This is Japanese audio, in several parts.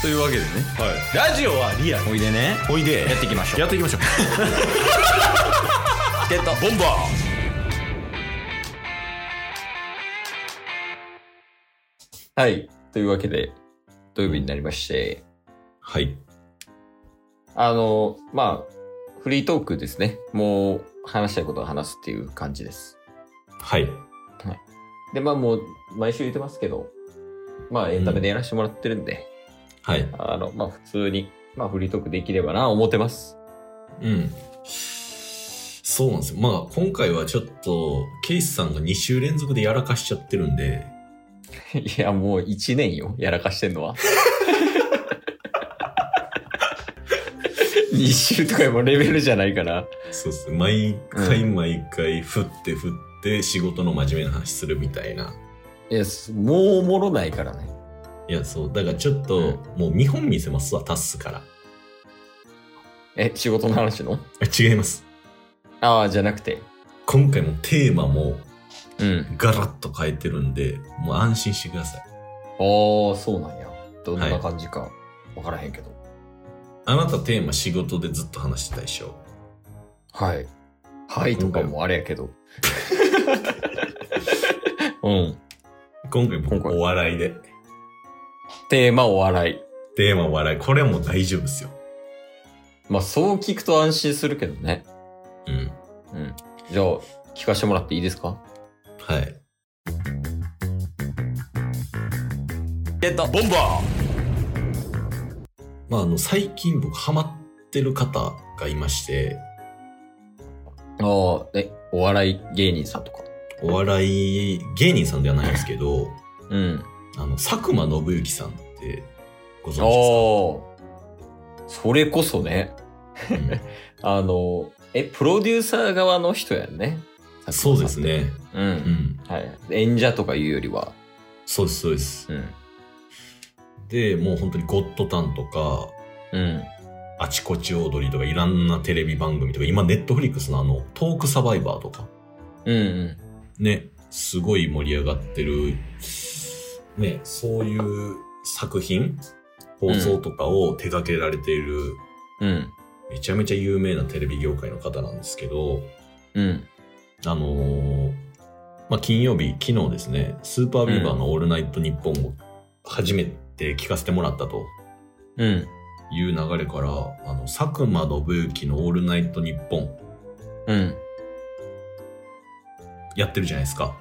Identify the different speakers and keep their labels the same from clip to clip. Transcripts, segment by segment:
Speaker 1: というわけでね
Speaker 2: はい、ラジオはリアル
Speaker 1: おいでね
Speaker 2: おいで
Speaker 1: やっていきましょう
Speaker 2: やってい きましょう
Speaker 1: ゲット
Speaker 2: ボンバ
Speaker 1: はいというわけで土曜日になりまして
Speaker 2: ーはい
Speaker 1: あのまあフリートークですねもう話したいことを話すっていう感じです
Speaker 2: はい
Speaker 1: でまあもう毎週言ってますけどまあエンタメでやらせてもらってるんで、
Speaker 2: はい
Speaker 1: あのまあ普通にまあフリートークできればな思ってます
Speaker 2: うんそうなんですよまあ今回はちょっとケイスさんが2週連続でやらかしちゃってるんで
Speaker 1: いや、もう一年よ、やらかしてん のは。2週とかもレベルじゃないかな。
Speaker 2: そうっす毎回
Speaker 1: う
Speaker 2: 毎回振って振って仕事の真面目な話するみたいない
Speaker 1: や、もうおもろないからね。
Speaker 2: いやそうだからちょっともう見本見せますわタッスから
Speaker 1: え、仕事の話の
Speaker 2: あ違います
Speaker 1: ああ、じゃなくて。
Speaker 2: 今回もテーマも
Speaker 1: うん。
Speaker 2: ガラッと変えてるんでもう安心してください
Speaker 1: ああ、そうなんや。どんな感じか、わからへんけど。
Speaker 2: あなたテーマ仕事でずっと話してたでしょ
Speaker 1: はい。はいとかもあれやけ ど。うん。
Speaker 2: 今回
Speaker 1: 今
Speaker 2: 僕
Speaker 1: 回
Speaker 2: お笑いで
Speaker 1: テーマお笑い。
Speaker 2: テーマお笑いこれはもう大丈夫ですよ
Speaker 1: まあ、そう聞くと安心するけどね。
Speaker 2: うん
Speaker 1: うん。じゃあ、聞かせてもらっていいですか
Speaker 2: はい
Speaker 1: ゲット
Speaker 2: ボンバーまああの最近僕ハマってる方がいまして
Speaker 1: ああ、え、お笑い芸人さんとか。
Speaker 2: お笑い芸人さんではないんですけど
Speaker 1: うん。
Speaker 2: あの佐久間信行さんってご存
Speaker 1: ああ
Speaker 2: 知、
Speaker 1: それこそね、
Speaker 2: ですか、
Speaker 1: あの、え、プロデューサー側の人やんね。
Speaker 2: うんそうです。ね
Speaker 1: う。
Speaker 2: うんん
Speaker 1: はい。演者とかいうよりは。
Speaker 2: そうですそうです
Speaker 1: うん。
Speaker 2: でもう本当に「ゴッドタン」とか
Speaker 1: うん。
Speaker 2: 「あちこちオードリー」とかいろんなテレビ番組とか今ネットフリックスのあの「トークサバイバー」とか
Speaker 1: うんうん。
Speaker 2: ねすごい盛り上がってるねそういう作品放送とかを手掛けられている、
Speaker 1: うん。
Speaker 2: めちゃめちゃ有名なテレビ業界の方なんですけど
Speaker 1: うん。
Speaker 2: あのーまあ、金曜日昨日ですねスーパービーバーの「オールナイトニッポン」を初めて聞かせてもらったと
Speaker 1: うん。
Speaker 2: いう流れからあの佐久間信行の「オールナイトニッポン
Speaker 1: うん。」
Speaker 2: やってるじゃないですか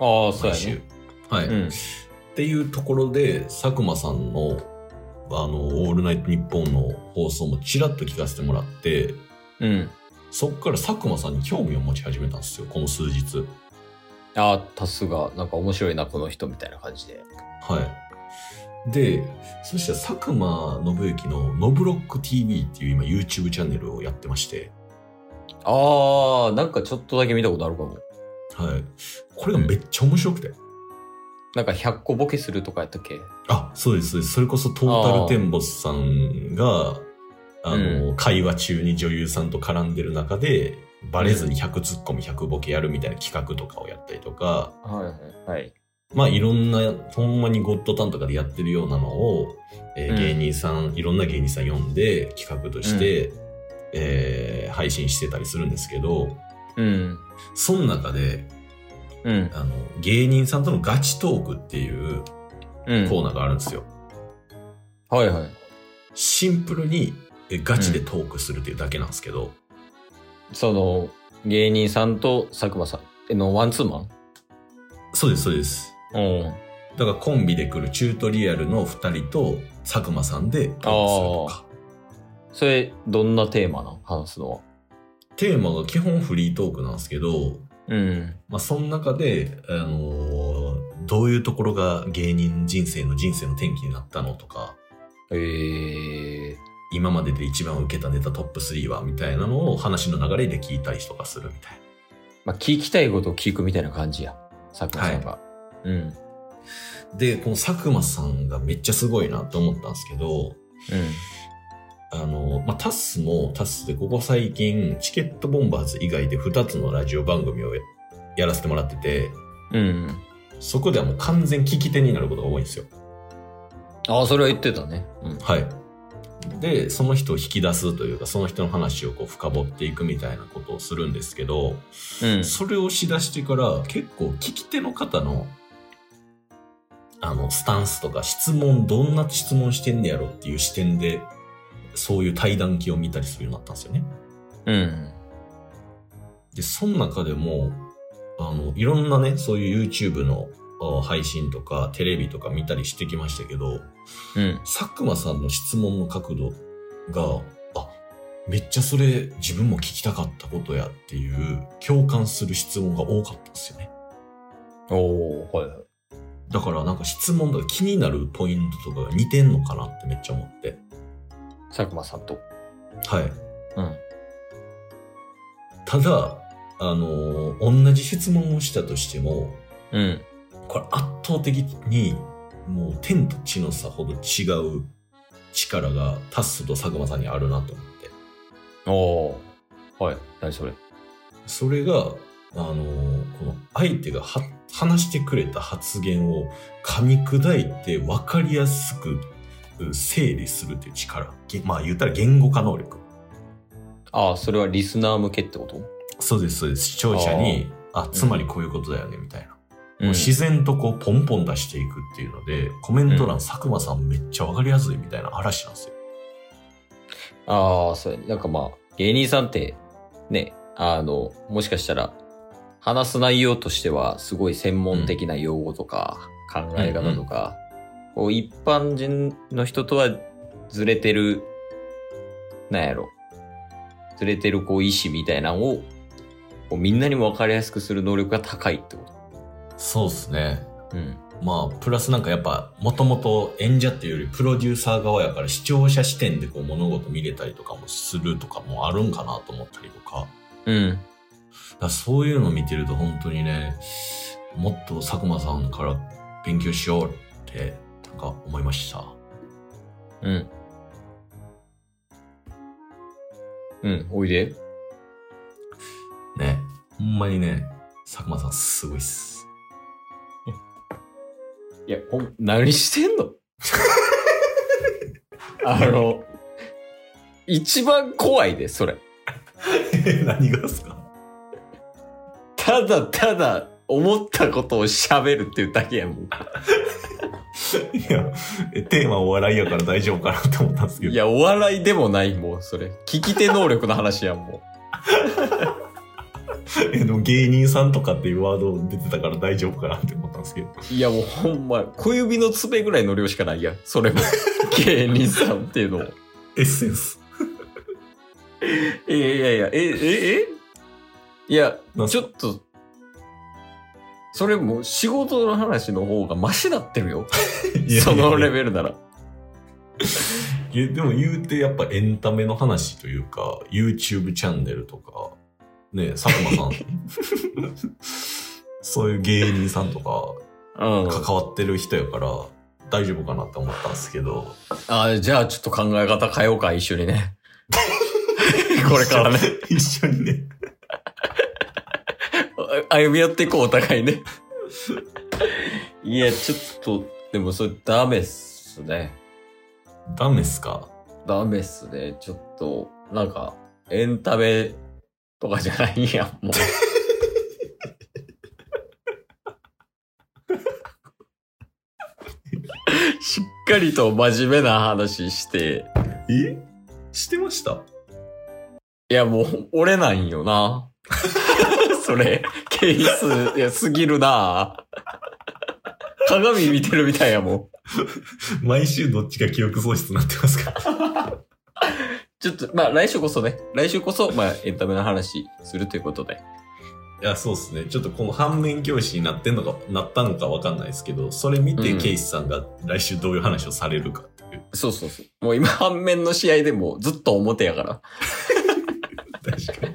Speaker 1: ああ、そう
Speaker 2: 毎
Speaker 1: や
Speaker 2: 週
Speaker 1: ね。。
Speaker 2: はい、
Speaker 1: うん
Speaker 2: っていうところで佐久間さんの「あのオールナイトニッポン」の放送もちらっと聞かせてもらって
Speaker 1: うん。
Speaker 2: そっから佐久間さんに興味を持ち始めたんですよこの数日
Speaker 1: ああ、タスが、なんか面白いな、この人みたいな感じで。
Speaker 2: はいでそしたら佐久間信行の「ノブロック TV」っていう今 YouTube チャンネルをやってまして、
Speaker 1: ああ、なんかちょっとだけ見たことあるかも。
Speaker 2: はい、これがめっちゃ面白くて、
Speaker 1: なんか100個ボケするとかやったっけ
Speaker 2: あそうですそうですそれこそトータルテンボスさんがあの、会話中に女優さんと絡んでる中でバレずに100ツッコミ100ボケやるみたいな企画とかをやったりとか
Speaker 1: はいはい。はい。
Speaker 2: まあいろんなほんまにゴッドタンとかでやってるようなのを、えー
Speaker 1: うん
Speaker 2: 芸人さん、いろんな芸人さん呼んで企画として、えー配信してたりするんですけど
Speaker 1: うん。
Speaker 2: その中で
Speaker 1: うん。
Speaker 2: あの芸人さんとのガチトークっていう
Speaker 1: うん。
Speaker 2: コーナーがあるんですよ。
Speaker 1: はいはい。
Speaker 2: シンプルにえガチでトークするっていうだけなんですけど、
Speaker 1: その芸人さんと佐久間さんのワンツーマン
Speaker 2: そうですそうです
Speaker 1: うん。あ
Speaker 2: だからコンビで来るチュートリアルの2人と佐久間さんでトークするとか
Speaker 1: それ、どんなテーマなの話すのは。
Speaker 2: テーマが基本フリートークなんですけど、
Speaker 1: うん。
Speaker 2: まあ、その中で、あのーどういうところが芸人人生の人生の転機になったのとか
Speaker 1: ええ
Speaker 2: 今までで一番受けたネタトップ3はみたいなのを話の流れで聞いたりとかするみたいな。
Speaker 1: まあ、聞きたいことを聞くみたいな感じや。佐久間さんが。うん。
Speaker 2: でこの佐久間さんがめっちゃすごいなと思ったんですけどあの、まあ、タッスもタッスでここ最近チケットボンバーズ以外で2つのラジオ番組をややらせてもらってて、
Speaker 1: うん。うん。
Speaker 2: そこではもう完全聞き手になることが多いんですよ。
Speaker 1: ああ、それは言ってたね。うん。
Speaker 2: はい。で、その人を引き出すというか、その人の話をこう深掘っていくみたいなことをするんですけど、
Speaker 1: うん。
Speaker 2: それをしだしてから結構聞き手の方の、あの、スタンスとか質問、どんな質問してんねやろっていう視点で、そういう対談記を見たりするようになったんですよね。
Speaker 1: うん。
Speaker 2: で、その中でも、あの、いろんなね、そういう YouTube のあ配信とか、テレビとか見たりしてきましたけど、
Speaker 1: うん。
Speaker 2: 佐久間さんの質問の角度が、あ、めっちゃそれ自分も聞きたかったことやっていう、共感する質問が多かったんですよね。
Speaker 1: おー、はいはい。
Speaker 2: だからなんか質問とか気になるポイントとかが似てんのかなってめっちゃ思って。
Speaker 1: 佐久間さんと。
Speaker 2: はい。
Speaker 1: うん。
Speaker 2: ただ、あのー同じ質問をしたとしても、
Speaker 1: うん。
Speaker 2: これ圧倒的にもう天と地の差ほど違う力がタッスと佐久間さんにあるなと思って。
Speaker 1: おー。はい。何それ。
Speaker 2: それが、あのーこの相手がは話してくれた発言を噛み砕いて分かりやすくう整理するという力。げまあ言ったら言語化能力。
Speaker 1: ああ、それはリスナー向けってこと
Speaker 2: そうです、そうです。視聴者に、あ、つまりこういうことだよね、みたいな。もう
Speaker 1: うん
Speaker 2: 自然とこう、ポンポン出していくっていうので、コメント欄、佐久間さんめっちゃわかりやすいみたいな嵐なんですよ。
Speaker 1: ああ、そうやねなんかまあ、芸人さんって、ね、あの、もしかしたら、話す内容としては、すごい専門的な用語とか、考え方とか、こう一般人の人とはずれてる、なんやろ、ずれてるこう意思みたいなのを、こうみんなにも分かりやすくする能力が高いってこ
Speaker 2: そうですね。
Speaker 1: と。うん。
Speaker 2: まあ、プラスなんかやっぱ、もともと演者っていうよりプロデューサー側やから、視聴者視点でこう、物事見れたりとかもするとかもあるんかなと思ったりとか、
Speaker 1: うん。
Speaker 2: だからそういうの見てると本当にね、もっと佐久間さんから勉強しようって、なんか思いました。
Speaker 1: うん。うん、おいで。
Speaker 2: ね、ほんまにね、佐久間さんすごいっす。
Speaker 1: いや、ほん、何してんの あの、一番怖いで、それ。
Speaker 2: 何がですか
Speaker 1: ただただ思ったことを喋るっていうだけやもん。
Speaker 2: いや、えテーマお笑いやから大丈夫かなと思ったんですけど。
Speaker 1: いや、お笑いでもないもん、それ。聞き手能力の話やんも
Speaker 2: えでも芸人さんとかっていうワード出てたから大丈夫かなって思ったんですけど。
Speaker 1: ん。いや、もうほんま、小指の爪ぐらいの量しかないやん。そ れも。芸人さんっていうのも。
Speaker 2: エッセンス。
Speaker 1: いやいやいや、え、え、えいや
Speaker 2: なん、
Speaker 1: ち
Speaker 2: す
Speaker 1: ょっと、それもう仕事の話の方がマシだってるよ。そのレ
Speaker 2: ル。
Speaker 1: ベルなら。
Speaker 2: いやでも言うてやっぱエンタメの話というか、YouTube チャンネルとか、ね、佐久間さん。 そういう芸人さんとか
Speaker 1: うん。
Speaker 2: 関わってる人やから大丈夫かなって思ったんですけど。
Speaker 1: あじゃあちょっと考え方変えようか、一緒に ね。これからね。
Speaker 2: 一緒にね。
Speaker 1: あ歩み寄っていこう、お互いね。いや、ちょっと、でもそれダメっすね。
Speaker 2: ダメっすか
Speaker 1: ダメっすね。ちょっと、なんか、エンタメとかじゃないやん、もう。しっかりと真面目な話して。
Speaker 2: えしてました
Speaker 1: いや、もう、俺なんよな。 それ、ケース、いや、すぎるな。鏡見てるみたいやもん。
Speaker 2: 毎週どっちが記憶喪失になってますか
Speaker 1: ちょっと、まあ、来週こそね、来週こそ、まあ、エンタメの話するということで。
Speaker 2: いや、そうっすね。ちょっとこの反面教師になってんのか、なったのかわかんないですけど、それ見て
Speaker 1: うん
Speaker 2: ケイスさんが来週どういう話をされるかっていう。
Speaker 1: そうそうそう。もう今、反面の試合でもうずっと表やから。
Speaker 2: 確かに。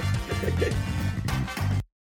Speaker 3: す